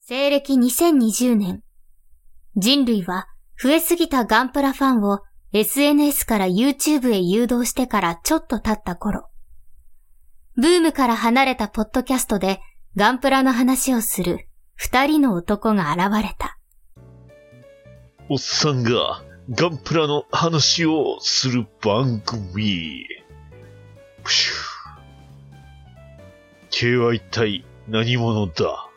西暦2020年、人類は増えすぎたガンプラファンを SNS から YouTube へ誘導してからちょっと経った頃、ブームから離れたポッドキャストでガンプラの話をする二人の男が現れた。おっさんがガンプラの話をする番組。プシュー。K は一体何者 だ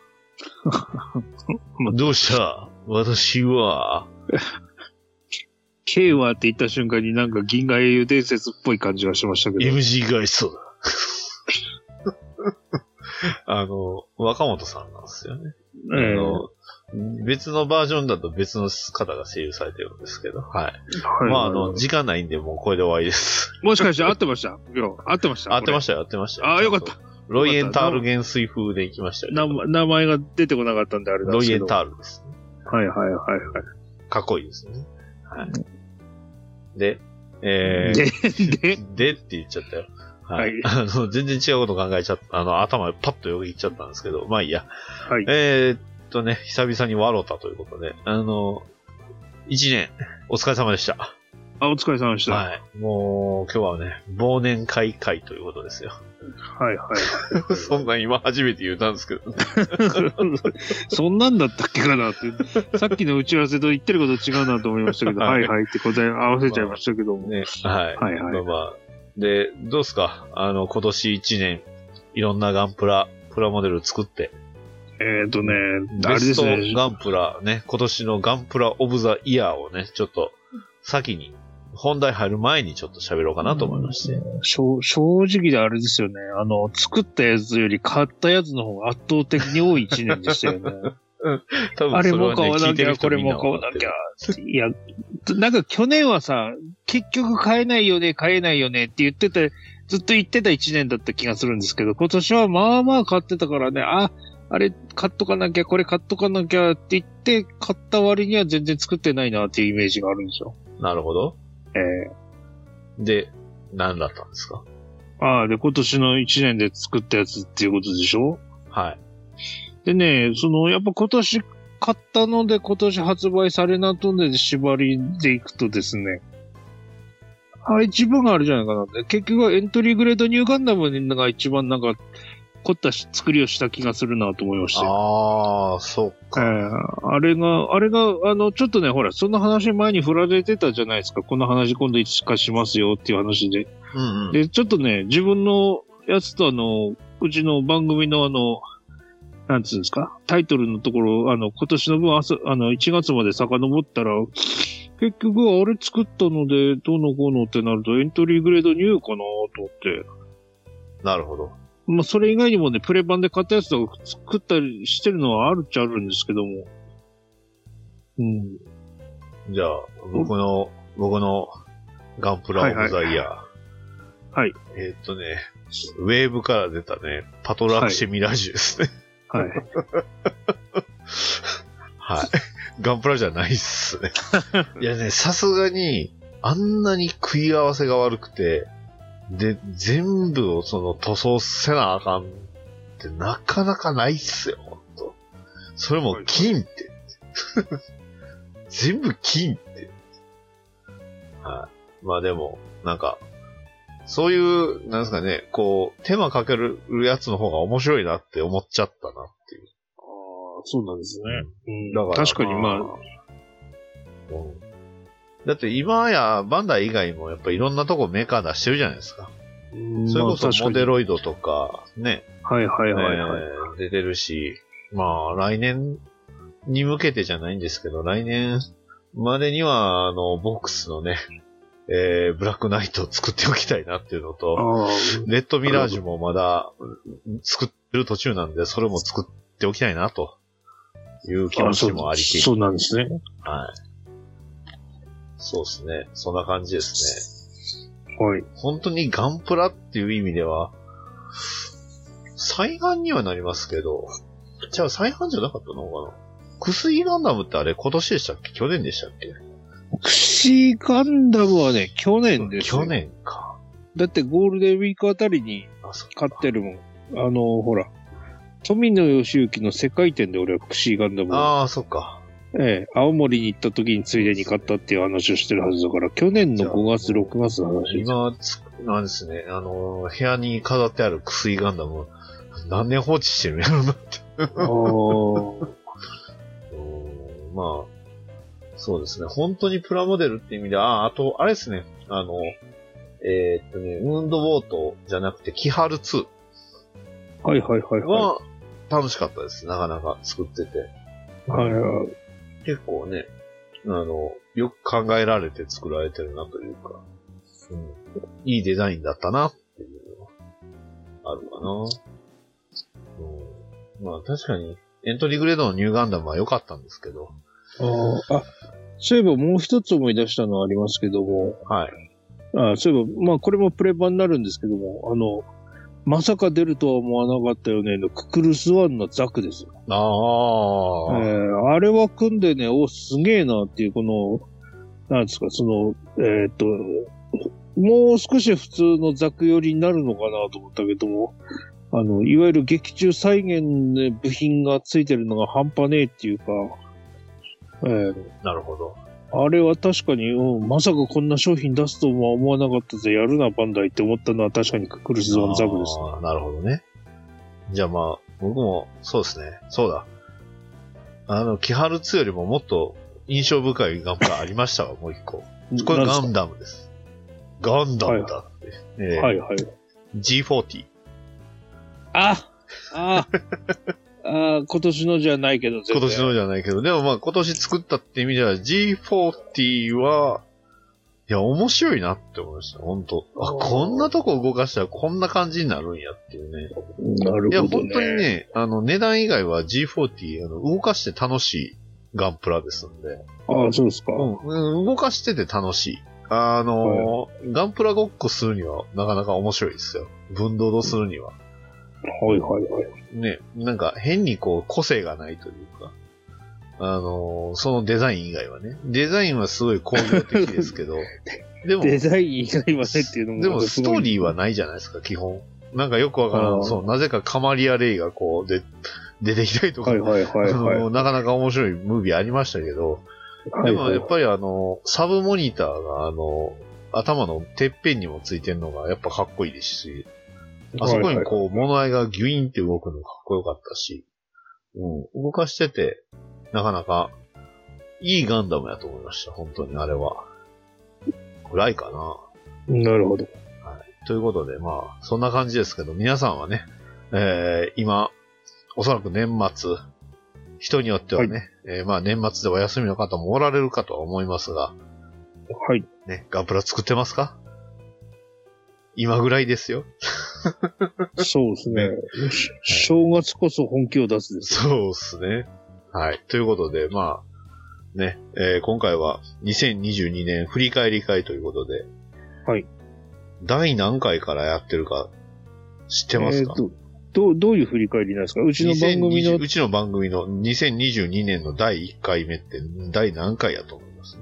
どうした私は、 K はって言った瞬間になんか銀河英雄伝説っぽい感じがしましたけど。 MG ガイストだ。 あの、若本さんなんですよね。ええあの別のバージョンだと別の方が声優されてるんですけど、はい。はいまあ、あの、時間ないんで、もうこれで終わりです。もしかして合ってました今日。合ってました合ってまししたよ、合ってましたよ。ああ、よかっちゃたんと。。ロイエンタール元帥風で行きました名よ。前名前が出てこなかったんであれなんロですイエンけど。タールですね。はいはいはいはい。かっこいいですよね。はい。で、えー、で、で、でって言っちゃったよ。はい。は いあの、全然違うこと考えちゃった。あの、頭パッとよぎっちゃったんですけど、まあいいや。はい。えー、っとね、久々に笑ったということで、あの、一年、お疲れ様でした。あ、お疲れ様でした。ははい。もう、今日はね、忘年会会ということです よ。いはい。そんなん今初めて言ったんですけど、そんなんだったっけかなって。さっきの打ち合わせと言ってること違うなと思いましたけど、ははいいはいって答え合わせちゃいましたけども。ね。はい。はいはいまあまあ。で、どうすかあの、今年一年、いろんなガンプラ、プラモデル作って、えっ、ー、とね、あベれでスすトね。ガンプラね、今年のガンプラオブザイヤーをね、ちょっと先に、本題入る前にちょっと喋ろうかなと思いまして。正正直であれですよね。あの、作ったやつより買ったやつの方が圧倒的に多い一年でし たよね。多あ分れそれもはね買、わ聞ないてきるゃ、こ人れみんなも買わ分かなってきるゃ。いや、なんか去年はさ、結局買えないよね、買えないよねって言ってて、ずっと言ってた1年だった気がするんですけど、今年はまあまあ買ってたからね、あ、あれ買っとかなきゃ、これ買っとかなきゃって言って、買った割には全然作ってないなっていうイメージがあるんですよ。なるほど。えで、何だったんですかえああ、で、今年の1年で作ったやつっていうことでしょはい。でね、その、やっぱ今年買ったので今年発売されなとんで縛りでいくとですね、あれ一番があるじゃないかな。結局はエントリーグレードニューガンダムが一番なんか凝ったし作りをした気がするなと思いましたよ。ああ、そっええか。あれが、あれが、あの、ちょっとね、ほら、その話前に振られてたじゃないですか。この話今度いつかしますよっていう話で。うんうん。で、ちょっとね、自分のやつとあの、うちの番組のあの、なんつうんですか、タイトルのところ、あの、今年の分、あそあの、1月まで遡ったら、結局、あれ作ったので、どうのこうのってなると、エントリーグレードニューかなと思って。なるほど。まあ、それ以外にもね、プレ版で買ったやつとか作ったりしてるのはあるっちゃあるんですけども。うん。じゃあ、僕の、僕のガンプラオブザイヤー。はい。えーっとね、ウェーブから出たね、パトラクシェミラージュですね。はい。はい。 ガンプラじゃないっす ね。いやね、さすがに、あんなに食い合わせが悪くて、で、全部をその塗装せなあかんってなかなかないっすよ、ほんと。それも金って。 全部金って。はい。まあでも、なんか、そういう、なんですかね、こう、手間かけるやつの方が面白いなって思っちゃったなっていう。ああ、そうなんですね。だうん、確かに、まあ、うんだって今やバンダイ以外もやっぱいろんなとこメーカー出してるじゃないですか。うんそれまこあ確かにそモデロイドとかね、はいはいはいはい。えー出てるし、まあ来年に向けてじゃないんですけど、来年までにはあのボックスのね、えーブラックナイトを作っておきたいなっていうのと、ああ、レッドミラージュもまだうん作ってる途中なんで、それも作っておきたいなという気持ちもありきそうそうなんですね。はい。そうですね。そんな感じですはい。ね。本当にガンプラっていう意味では、再販にはなりますけど、じゃあ再販じゃなかったのかな薬ガンダムってあれ今年でしたっけ去年でしたっけクシーガンダムはね、去年ですよ去。年か。だってゴールデンウィークあたりにあ、そっか買ってるもん。あの、ほら、富野義行の世界展で俺はクシーガンダムを、ああ、そっか。ええ、青森に行った時についでに買ったっていう話をしてるはずだから、去年の5月、6月の話です。今、つなんですね、あの、部屋に飾ってある薬ガンダム、何年放置してるんやろなって。あーうんまあ、そうですね。本当にプラモデルって意味で、あ、あと、あれですね。あの、えーっとね、ウンドボートじゃなくて、キハル2はいはいはいはは楽しかったです。なかなか作ってて。い。はい結構ね、あの、よく考えられて作られてるなというか、うん、いいデザインだったなっていうのはあるかな。うん、まあ確かに、エントリーグレードのニューガンダムは良かったんですけど、あーあ、そういえばもう一つ思い出したのはありますけども、はい。あそういえば、まあこれもプレ版になるんですけども、あの、まさか出るとは思わなかったよね、のククルスワンのザクですよ。あえあ、ーあれは組んでね、お、すげえなっていう、この、なんですか、その、えーっと、もう少し普通のザク寄りになるのかなと思ったけども、あの、いわゆる劇中再現の部品がついてるのが半端ねえっていうか、えーなるほど。あれは確かに、うん、まさかこんな商品出すとは思わなかったぜ、やるな、バンダイって思ったのは確かにククルスゾーンザクですね。あーなるほどね。じゃあまあ、僕も、そうですね。そうだ。あの、キハル2よりももっと印象深いガンプラありましたわ、 もう一個。これガなんンダムです。ガンダムだって。えすーかはいはい。 G40。あああー今年のじゃないけど、今全然年のじゃないけど、でもまあ今年作ったって意味では G40 は、いや、面白いなって思いました、本当あ、おーこんなとこ動かしたらこんな感じになるんやっていうね。なるほど、ね。いや、本当に。ね、あの、値段以外は G40、あの、動かして楽しいガンプラですんで。ああ、そうですか。うん、うん動かしてて楽しい。あのー、ガンプラごっこするにはなかなか面白いですよ。分動するには。はいはいはい。ね、なんか変にこう個性がないというか、あのーそのデザイン以外はね。デザインはすごい工業的ですけ ど、でも、デでザイン以外はねっていうのも。もストーリーはね。ないじゃないですか、基本。なんかよくわからあーん。そう、なぜかカマリア・レイがこう、で、出てきたりとか、はいはいはいはいあ。のーなかなか面白いムービーありましたけど、はでいもはやいっぱりあのー、サブモニターがあのー、頭のてっぺんにもついてるのがやっぱかっこいいですし、あそこにこう、物合いがギュインって動くのかっこよかったし、うん、動かしてて、なかなか、いいガンダムやと思いました、本当にあれは。暗いかな。なるほど。ということで、まあ、そんな感じですけど、皆さんはね、えー、今、おそらく年末、人によってはね、えーまあ年末でお休みの方もおられるかとは思いますが、はい。 ね、ガンプラ作ってますか今ぐらいですよ。そうですねね。し正月こそ本気を出すです。そうですね。はい。ということで、まあ、ね、えー今回は2022年振り返り会ということで。はい。第何回からやってるか知ってますか、えーとどう、どういう振り返りなんですかうちの番組の2020うちの番組の2022年の第1回目って第何回やと思います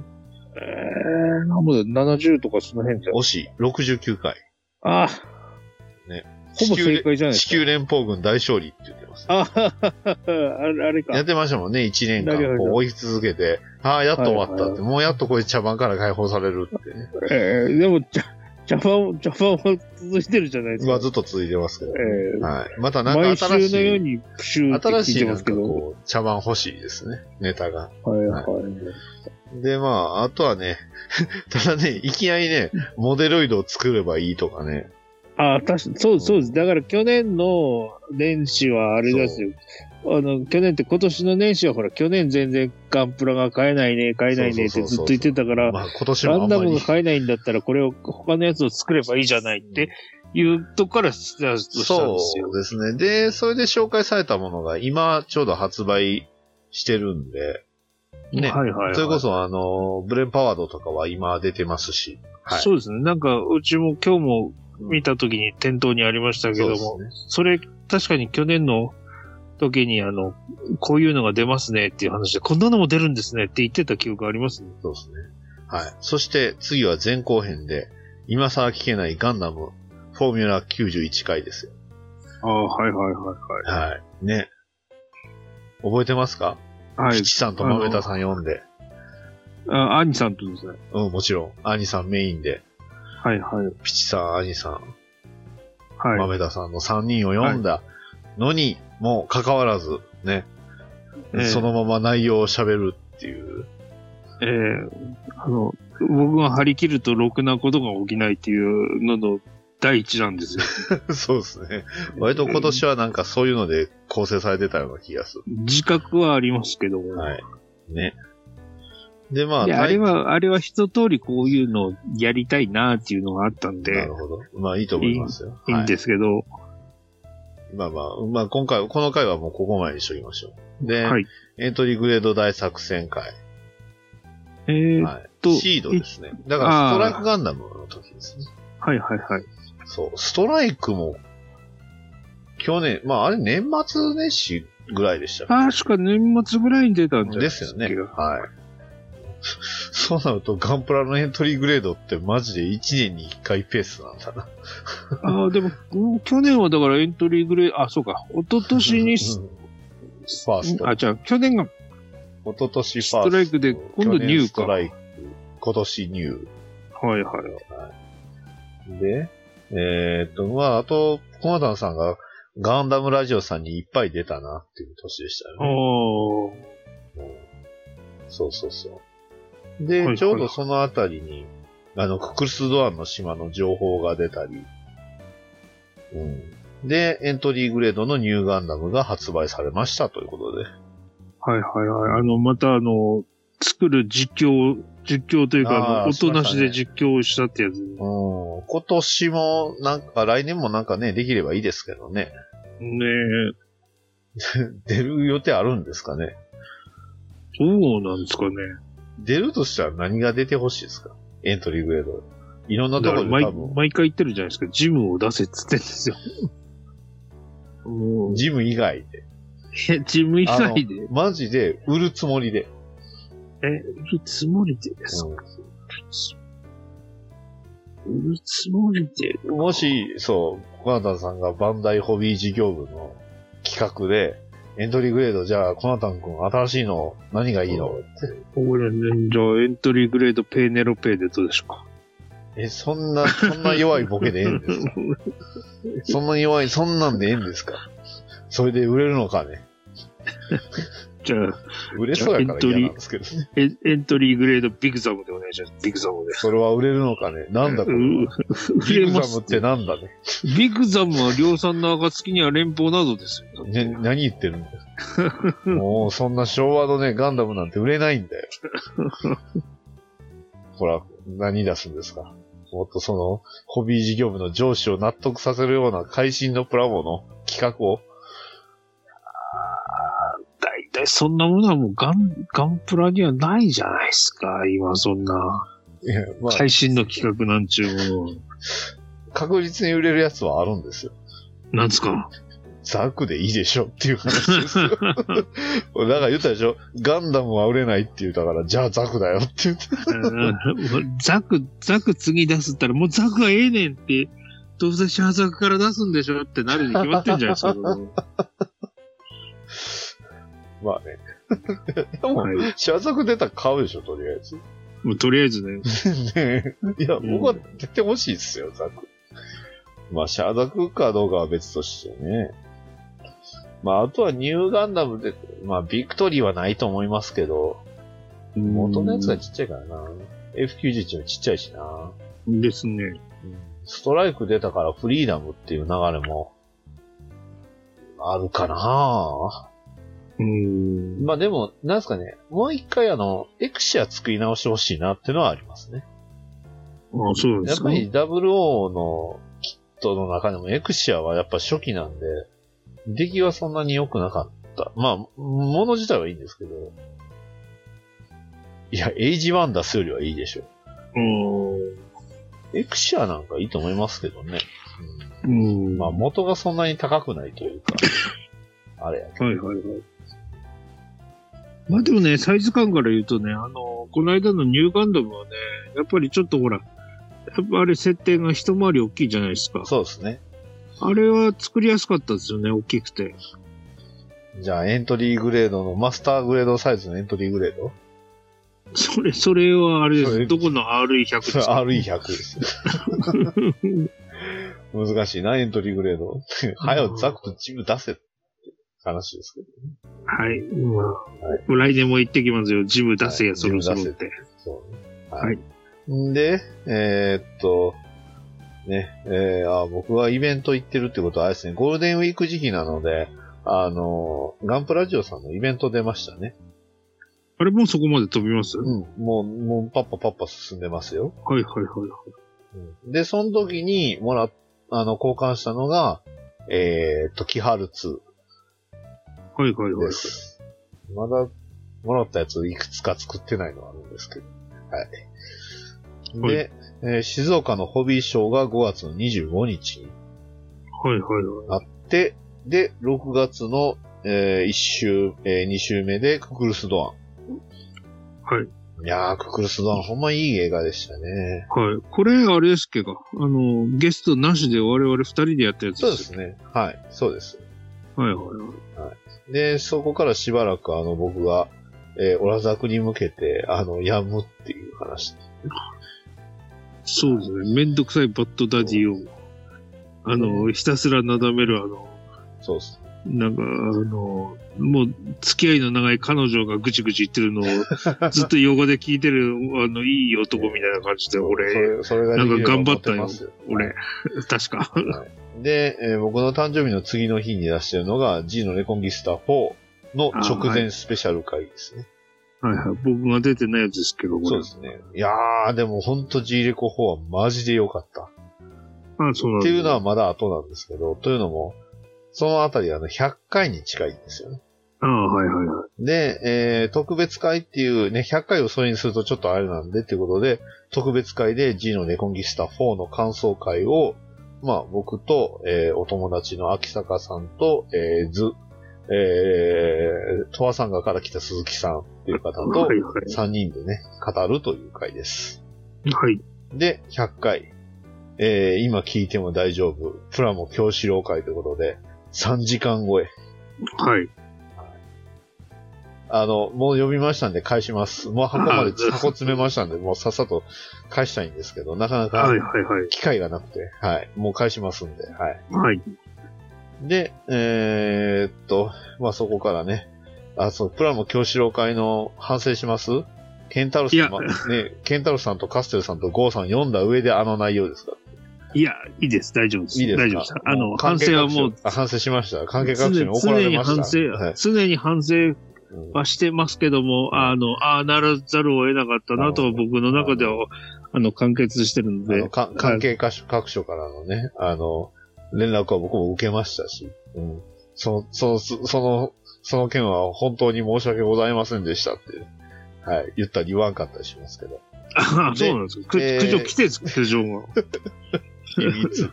えー、なんぼだ、70とかその辺じゃん。惜しい。69回。ああ。ね。ほぼ正解じゃないで地すか。球連邦軍大勝利って言ってます。ああれあれやかっ。てましたもんね、1年なるほ間どこう追い続けて、ああ、やっと終わったはいっはて、もうやっとこいつ茶番から解放されるってね。えー、でも、ジャジャパン、ジャパンは続いてるじゃないですはか。ずっと続いてますけどえ。ーはい。またなん毎か週新しのようい、にプシューって新聞いしいてなまんすかけど。こう、茶碗欲しいですね。ネタが。はいはい。で、まあ、あとはね、 ただね、いきなりね、モデロイドを作ればいいとかね。あ、確かそうそうです。だから去年の年始はあれですよ。あの、去年って今年の年始はほら、去年全然ガンプラが買えないね、買えないねっそてうそうそずっうそうと言ってたから、まあ、今年もガあンんダまムりが。買えないんだったら、これを、他のやつを作ればいいじゃないっていうところからスタートしたんそですよ。うですね。で、それで紹介されたものが、今、ちょうど発売してるんで、ね。はいはい、はい。それこそ、あの、ブレンパワードとかは今出てますし。はい。そうですね。なんか、うちも今日も見たときに店頭にありましたけども、そそうですねれ、確かに去年の時に、あの、こういうのが出ますねっていう話で、こんなのも出るんですねって言ってた記憶ありますね。そうですね。はい。そして、次は前後編で、今更聞けないガンダム、フォーミュラ91回ですよ。ああ、はいはいはいはい。ね。覚えてますかはい。はい吉。さんと豆田さん読んで。あ、兄さんとですね。うん、もちろん。兄さんメインで。はいはい。ピチさん、兄さん、はい。豆田さんの3人を読んだのに、もかかわらず、ね、ええそのまま内容を喋るって いう。えーあの、僕が張り切るとろくなことが起きないっていうのの第一弾です よ。そうですね。割と今年はなんかそういうので構成されてたような気がする。自覚はありますけど。はい。ね。で、まあ、いや、あ内れは、あれは一通りこういうのをやりたいなっていうのがあったんなでる、ほど。まあ、いいと思いますよ。いいんですけど、はい。まあまあ、まあ、今回、この回はもうここまでにしときましょう。で、はいエントリーグレード大作戦会。えーはとい。シードですね。だから、ストライクガンダムの時ですね。はいはいはい。そう、ストライクも、去年、まああれ年末年始ぐらいでしたっ確か年末ぐらいに出たんじけゃないですよね。かはい。そうなると、ガンプラのエントリーグレードってマジで1年に1回ペースなんだな。ああ、でも、うん去年はだからエントリーグレー、あ、そうか、一昨年にうす、んファースト。あ、じゃあ、去年が、一昨年ファーススト。トライクで今度ニューか去年ストライク。今年ニュはいはい。ー。で、えーっと、まああと、コマダンさんがガンダムラジオさんにいっぱい出たなっていう年でしたよね。ああ、うんそうそうそう。で、はいちょうどそのあたりに、あの、ククルスドアンの島の情報が出たり、うん。で、エントリーグレードのニューガンダムが発売されましたということで。はいはいはい。あの、またあの、作る実況、実況というか、ああーの音なしでし実況をしたってやつ。うん。今年も、なんか、来年もなんかね、できればいいですけどね。 ねえ、出る予定あるんですかね。どうなんですかね。出るとしたら何が出てほしいですかエントリーグレード。いろんなとだこかろらで多毎分、毎回言ってるじゃないですか。ジムを出せっつってんで すよ。もう、いジム以外で。やジム以あの外で、マジで売るつもりで。売るつもりでです。うん売るつもりで。もし、そう、コナタンさんがバンダイホビー事業部の企画で、エントリーグレード、じゃあ、コナタン君、新しいの、何がいいの、これね、じゃあエントリーグレードペーネロペーでどうでしょうか。え、そんな、そんな弱いボケでええんです かそんな弱い、そんなんでええんですかそれで売れるのかねじゃあ売れそうやから嫌なんですけどね。エン、エントリーグレードビグザムでお願いします。ビグザムで。それは売れるのかねなんだこれうは。売ビれグまザすムってなんだねビグザムは量産の暁には連邦などですよ。ね何言ってるのもう、そんな昭和のね、ガンダムなんて売れないん だよ。ほら、何出すんですかもっとその、ホビー事業部の上司を納得させるような会心のプラモの企画を、大体そんなものはもうガン、ガンプラにはないじゃないですか。今そんな。いやまあ、最新の企画なんちゅうもの。確実に売れるやつはあるんですよ。なんですか。ザクでいいでしょっていう話です よ。だから言ったでしょガンダムは売れないって言うたから、じゃあザクだよって言って。うん ザク、ザク次出すったらもうザクはええねんって、どうせシャーザクから出すんでしょってなるに決まってんじゃないです か。まあね。でも、 はいシャーザク出たら買うでしょ、とりあえず。もうとりあえずね。ねえ。いや、ん僕は出てほしいっすよ、ザク。まあ、シャーザクかどうかは別としてね。まあ、あとはニューガンダムで、まあ、ビクトリーはないと思いますけど、元のやつがちっちゃいからな。F91 もちっちゃいしな。ですね。ストライク出たからフリーダムっていう流れも、あるかなうん。まあでも、なんすかね、もう一回あの、エクシア作り直してほしいなってのはありますね。あそうでやっすかぱ。り WO のキットの中でもエクシアはやっぱ初期なんで、出来はそんなに良くなかった。まあ、もの自体はいいんですけど。いや、エイジワンダスよりはいいでしょ。うんエクシアなんかいいと思いますけどね。ううん。ん、まあ、は元がそんなに高くないという か、あれやけいはいはい。まあでもね、サイズ感から言うとね、あの、この間のニューガンダムはね、やっぱりちょっとほら、やっぱあれ設定が一回り大きいじゃないですかど。。そうですね。あれは作りやすかったですよね、大きくて。じゃあ、エントリーグレードの、マスターグレードサイズのエントリーグレードそれ、それはあれでそれす。どこの RE100 ですそれ か RE100 です。難しいな、エントリーグレー ド。はよ、ザクとチーム出せって話ですけど。はい。まあ、もう来年も行ってきますよ。ジム出せや、はいそろそろっジムて。そうね。んで、えーっと、ね、えーあ、僕はイベント行ってるってことはあれですね、ゴールデンウィーク時期なので、あの、ガンプラジオさんのイベント出ましたね。あれもうそこまで飛びます、うん。もう、もうパッパパッパ進んでますよ。はいはいはい。うんで、その時にもらっ、あの、交換したのが、えーっと、キハル2はいはいはいで。す。まだ、もらったやついくつか作ってないのはあるんですけど。はい。で、えー静岡のホビーショーが5月の25日にはいはいはい。あって、で、6月の、え1週、え2週目で、ククルスドアン。はい。いやー、ククルスドアン、ほんまいい映画でしたね。はい。これ、あれですっけど、あの、ゲストなしで我々二人でやったやつそうでよすね。はい、そうです。はいはいはい。で、そこからしばらく、あの、僕が、えーオラザクに向けて、あの、やむっていう話。そうですね。めんどくさいバッドダディを、あの、ひたすらなだめる、あの、そうですね。なんか、あの、もう、付き合いの長い彼女がぐちぐち言ってるの を、ずっと横で聞いてる、あの、いい男みたいな感じで、そ俺、れ、それができればモテますよ俺、確か。はいで、えー僕の誕生日の次の日に出してるのが G のレコンギスタ4の直前スペシャル回ですね。はいはい。僕が出てないやつですけど、これそうですね。いやー、でもほんと G レコ4はマジで良かった。あ、そうなんっだていうのはまだ後なんですけど、というのも、そのあたりあの100回に近いんですよね。あはいはいはい。で、えー特別会っていうね、100回をそれにするとちょっとあれなんでっていうことで、特別会で G のレコンギスタ4の感想会を、まあ僕と、えーお友達の秋坂さんと、えー、ず、えー、とわさんがから来た鈴木さんっていう方とはい、はい。 3人でね、語るという会です。はい。で、100回。えー、今聞いても大丈夫。プラモ教師郎会ということで、3時間超え。はい。あの、もう読みましたんで返します。もう箱 まで箱詰めましたんで、もうさっさと返したいんですけど、なかなはかいはいはい。機会がなくて、はい。もう返しますんで、はい。はい。で、えーっと、まあ、そこからね、あ、そう、プラモ教師郎会の反省しますケンタロスいやまね、ケンタロスさんとカステルさんとゴーさん読んだ上であの内容ですからいや、いいです。大丈夫です。いいですか大丈夫です。あうの、関反係省は各所もう、あ反省しました。関係常各所に怒ら常れにました。反省、はい常に反省うんはしてますけども、あの、ああならざるを得なかったなとなるほど僕の中では、あの、完結してるのあでの、か関係各所各所からのね、あの、連絡は僕も受けましたし、うん。その、その、そその、その件は本当に申し訳ございませんでしたって、はい、言ったり言わんかったりしますけど。あでそうなんですよ。くえー苦情来てるんです、苦情が。秘密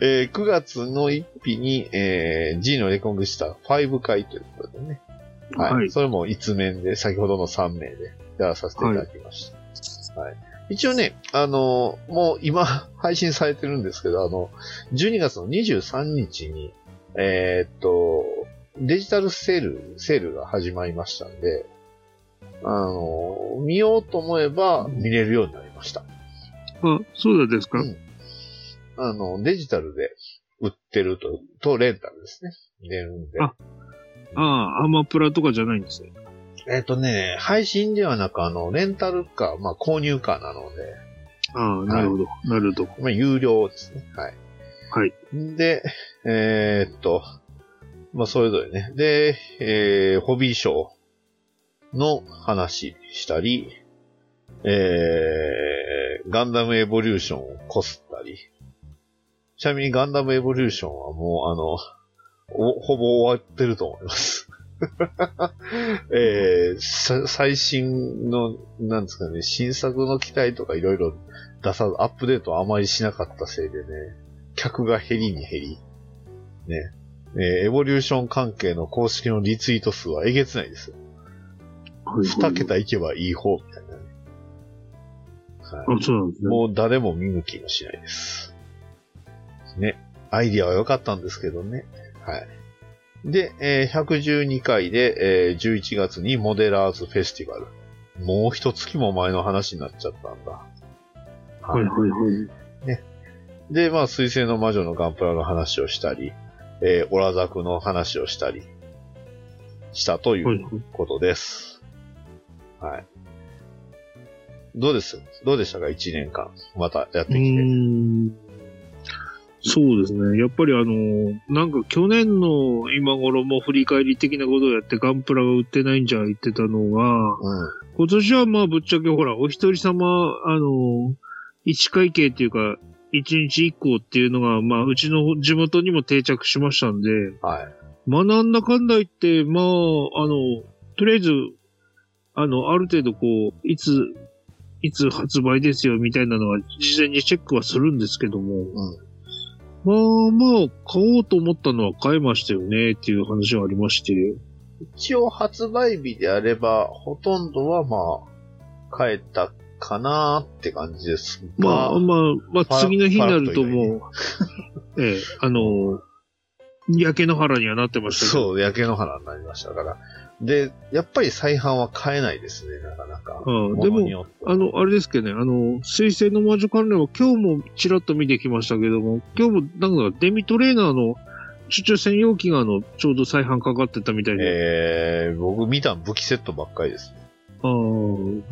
えー9月の1日に、えー G のレコングした5回ということでね。はい。はいそれも一面で、先ほどの3名でやらさせていただきました。はい。一応ね、あのーもう今 配信されてるんですけど、あの、12月の23日に、えーっと、デジタルセール、セールが始まりましたんで、あのー見ようと思えば見れるようになりました。 あ、そうなんですか、うんあの、デジタルで売ってると、とレンタルですね。出るんで。あああ、アマプラとかじゃないんですよ。えっ、とね、配信ではなく、あの、レンタルか、まあ、購入かなので、ああ、なるほど、なるほど。まあ、有料ですね。はい。はい。で、えーっと、まあ、それぞれね。で、えー、ホビーショーの話したり、えー、ガンダムエボリューションをこすったり。ちなみにガンダムエボリューションはもう、あの、おほぼ終わってると思います。 えーさ最新の、なんですかね、新作の期待とかいろいろ出さず、アップデートをあまりしなかったせいでね、客が減りに減り、ね、えーエボリューション関係の公式のリツイート数はえげつないですよ。はいはい二桁いけばいい方、みたいなね。はい。あ、そうなんですね。もう誰も見向きもしないです。ね。アイディアは良かったんですけどね。はい。で、えー112回で、えー11月にモデラーズフェスティバル。もう一月も前の話になっちゃったんだ。はい。はいはい。で、まあ、水星の魔女のガンプラの話をしたり、えー、オラザクの話をしたり、したというはいはいことです。はい。どうですどうでしたか ?1 年間。またやってうきて。ーんそうですね。やっぱりあの、なんか去年の今頃も振り返り的なことをやってガンプラが売ってないんじゃ言ってたのが、うん。今年はまあぶっちゃけほら、お一人様、あの、一会計っていうか、一日一個っていうのが、まあうちの地元にも定着しましたんで、はい。まあなんだかんだ言って、まあ、あの、とりあえず、あの、ある程度こう、いつ、いつ発売ですよみたいなのは事前にチェックはするんですけども、うんまあまあ、買おうと思ったのは買いましたよねっていう話がありまして、一応発売日であれば、ほとんどはまあ、帰ったかなーって感じですが。まあまあ、まあパラ次の日になるパラッとと以外もう、ええ、あの、焼け野原にはなってましたけど、そう、焼け野原になりましたから。で、やっぱり再販は買えないですね、なかなか。うんものによってあの、あれですけどね、あの、水星の魔女関連は今日もちらっと見てきましたけども、今日もなんかデミトレーナーの出張専用機があの、ちょうど再販かかってたみたいで、えー、僕見た武器セットばっかりですね。あー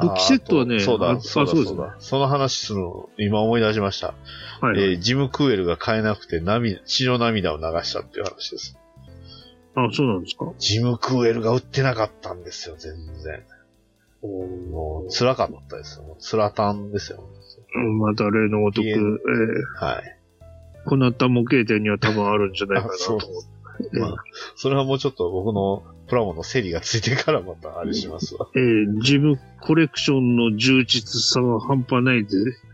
武器セットはあね、とそうあだ、あそうだ、そうでそすうね。だ。その話するの、今思い出しました。はい、えージム・クーエルが買えなくて涙、血の涙を流したっていう話です。あ、そうなんですか。ジム・クーエルが売ってなかったんですよ、全然。もう、辛かったですよ。もう辛たんですよ。うんまた例のごとく、いえええはい。こなった模型店には多分あるんじゃないか なあとそ思うっ て。まあ、それはもうちょっと僕のプラモのセリがついてからまたあれしますわ。えー、自分コレクションの充実さが半端ないで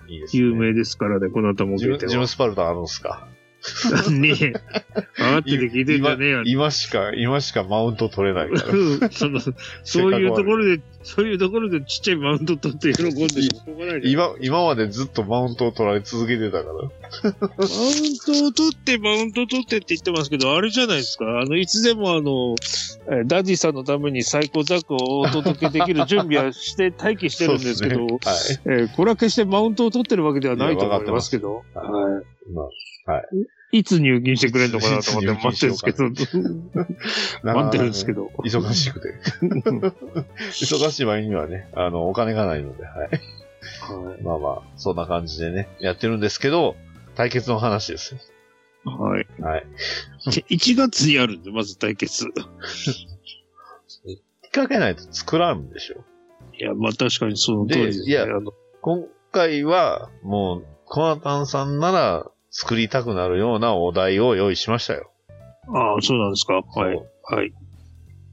いいですね。 有名ですからね、この後もジ出ム、てジムスパルタあるんですか ねえ。分かってて聞いてんじゃねえよ。今しか、今しかマウント取れないから。うんその、そういうところで、そういうところでちっちゃいマウント取って喜んでしょうがないじゃん今、今までずっとマウントを取られ続けてたから。マウントを取って、マウントを取ってって言ってますけど、あれじゃないですか。あの、いつでもあの、えダディさんのために最高ザクをお届けできる準備はして、待機してるんですけどそう、ですねえーこれは決してマウントを取ってるわけではないと思いますけど、やわかってまはいまいつ入金してくれるのかなと思って待ってるんですけど、あ待ってるんですけ。ど。なかなかね忙しくて。 忙しい場合にはね、あの、お金がないので、はい。はまあまあ、そんな感じでね、やってるんですけど、対決の話ですよ。い。はい。はい。 1月にあるんで、まず対決。引っ掛けないと作らんでしょ。いや、まあ確かにその通りです、ね。でいやあの、今回は、もう、コナタンさんなら作りたくなるようなお題を用意しましたよ。ああ、そうなんですか。はい。そうはい。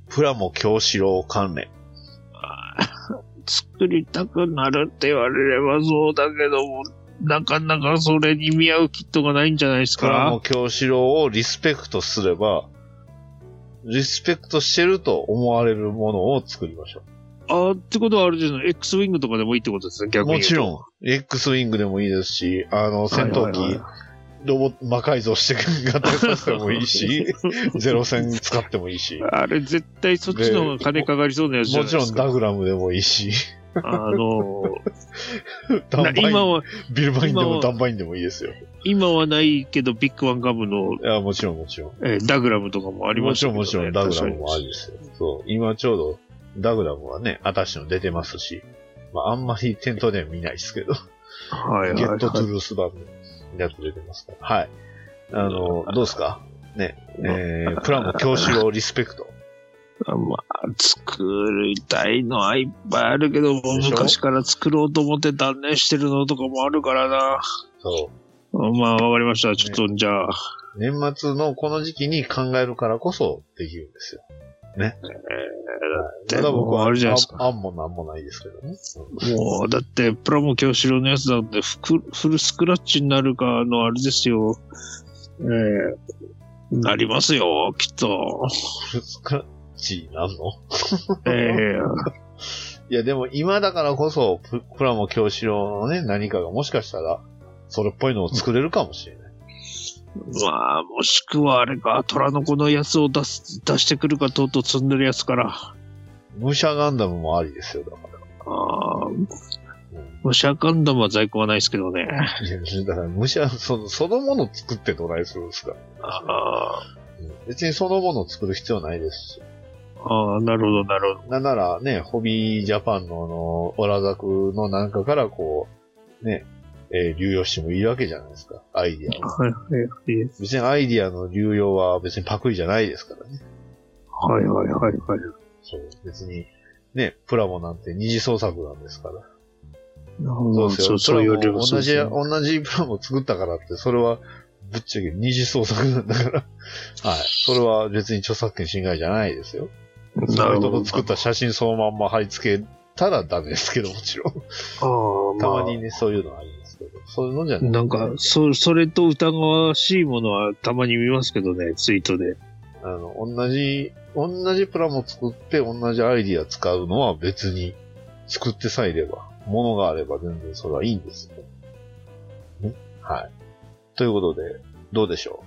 プラモ京志郎関連。作りたくなるって言われればそうだけども、なかなかそれに見合うキットがないんじゃないですプラモか。京志郎をリスペクトすれば、リスペクトしてると思われるものを作りましょああ、ってことはあれですね。X ウィングとかでもいいってことですね、う。逆に。もちん。ろん、X ウィングでもいいですし、あの、戦闘はいはい機は、ロボット魔改造して合体させてもいいし、 ゼロ戦使ってもいいし、あれ絶対そっちの方が金かかりそうなやつじ ゃもないちでろすんか。ダグラムでもいいし、 あの、 ダンバなイン今は、ビルバインで今もはダンバインでもいいですよ。今はないけど、ビッグワンガムの、いや、もちろんもちろん。えーダグラムとかもありまもすちろんもちろん、ダグラムもありで。ですすよ。そう。今ちょうど、ダグラムはね、アタッシュの出てますし、まあ、あんまり店頭では見ないですけど、はいはい、ゲッはい。トトゥルース版のやつ出てますから。はい。あの、どうですかね、えー、プラモ教習をリスペクト。まあ、作りたいのはいっぱいあるけど、しょ昔から作ろうと思って断念してるのとかもあるからな。 そまあ、わかりました。ちょっと、じゃあ、う。年末のこの時期に考えるからこそできるんですよ。でただ僕もうは、あれじゃないですかあんもなんもないですけどね。もう、だって、プラモ教師郎のやつなんてフク、フルスクラッチになるか、あの、あれですよ。ええなりますよ、きっ と。フルスクラッチなんのええいや、でも今だからこそ、ププラモ教師郎のね、何かがもしかしたら、それっぽいのを作れるかもしれない。まあ、もしくはあれか、虎の子のやつを出す、出してくるかとうとう積んでるやつから。武者ガンダムもありですよ、だから。ああ、うん武者ガンダムは在庫はないですけどね。いやだから、武者、その、そのもの作ってどないするんですか、あーうん別にそのものを作る必要ないですし。あー、なるほど、なるほど。なんならね、ホビージャパンのあの、オラザクのなんかからこう、ね、えー流用してもいいわけじゃないですか、アイディアを。はい、はい、はい。別にアイディアの流用は別にパクリじゃないですからね。はい、はい、はい、はい。そう、別に、ね、プラモなんて二次創作なんですから。そうですそう、そういプうラ量モそ同うですじ、ね同じプラモ作ったからって、それは、ぶっちゃけ二次創作なんだから。はい。それは別に著作権侵害じゃないですよ。なそういるうほとどこ。作った写真そのまんま貼り付けたらダメですけど、もちろん。あーたまあ、まにね、そういうのありますけど。そういうのじゃない。なんか、そ、それと疑わしいものはたまに見ますけどね、ツイートで。あの、同じ、同じプラモ作って、同じアイディア使うのは別に、作ってさえいれば、ものがあれば全然それはいいんですよ。ね。はい。ということで、どうでしょ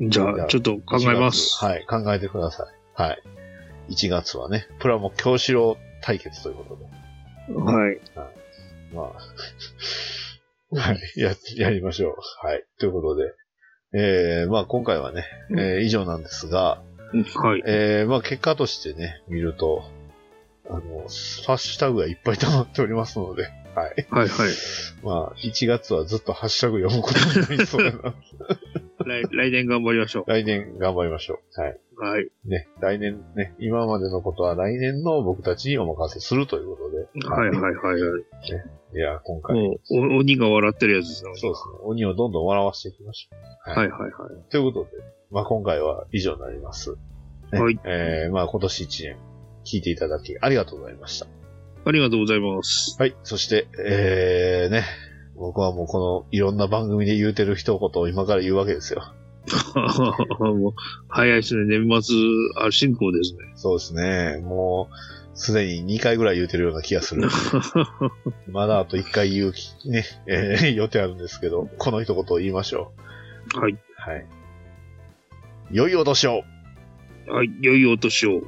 じいゃやあ、ちょっとう考えます。 1月はい、考えてください。はい。1月はね、プラモ教師郎対決ということで。はい。まあ、はい、や、やりましょう。はい。ということで、えー、まあ今回はね、えー以上なんですが、はい。えー、まあ結果としてね、見ると、あの、ハッシュタグがいっぱい溜まっておりますので、はい。はい、はい。まあ、1月はずっとハッシュタグ読むことになりそうだ な。来来年頑張りましょ来年頑張りましょう。はい。う。はい。ね、来年ね、今までのことは来年の僕たちにお任せするということで。はい、はい、はい、はい。い。いや、今回、もう、お鬼が笑ってるやつですね。そうですね、鬼をどんどん笑わせていきましょう。はい、はい、はい。ということで、まあ今回は以上になります。ねはいえー、まあ今年1年、聞いていただきありがとうございました。ありがとうございます。 はい。そして、えー、ね。僕はもうこのいろんな番組で言うてる一言を今から言うわけですよ。もう早いですね。年末、あ、進行ですね。そうですね。もう、すでに2回ぐらい言うてるような気がす る。まだあと1回言うき、ね、えー、予定あるんですけど、この一言を言いましょはい。う。はい。良いお年をはい。良いお年を。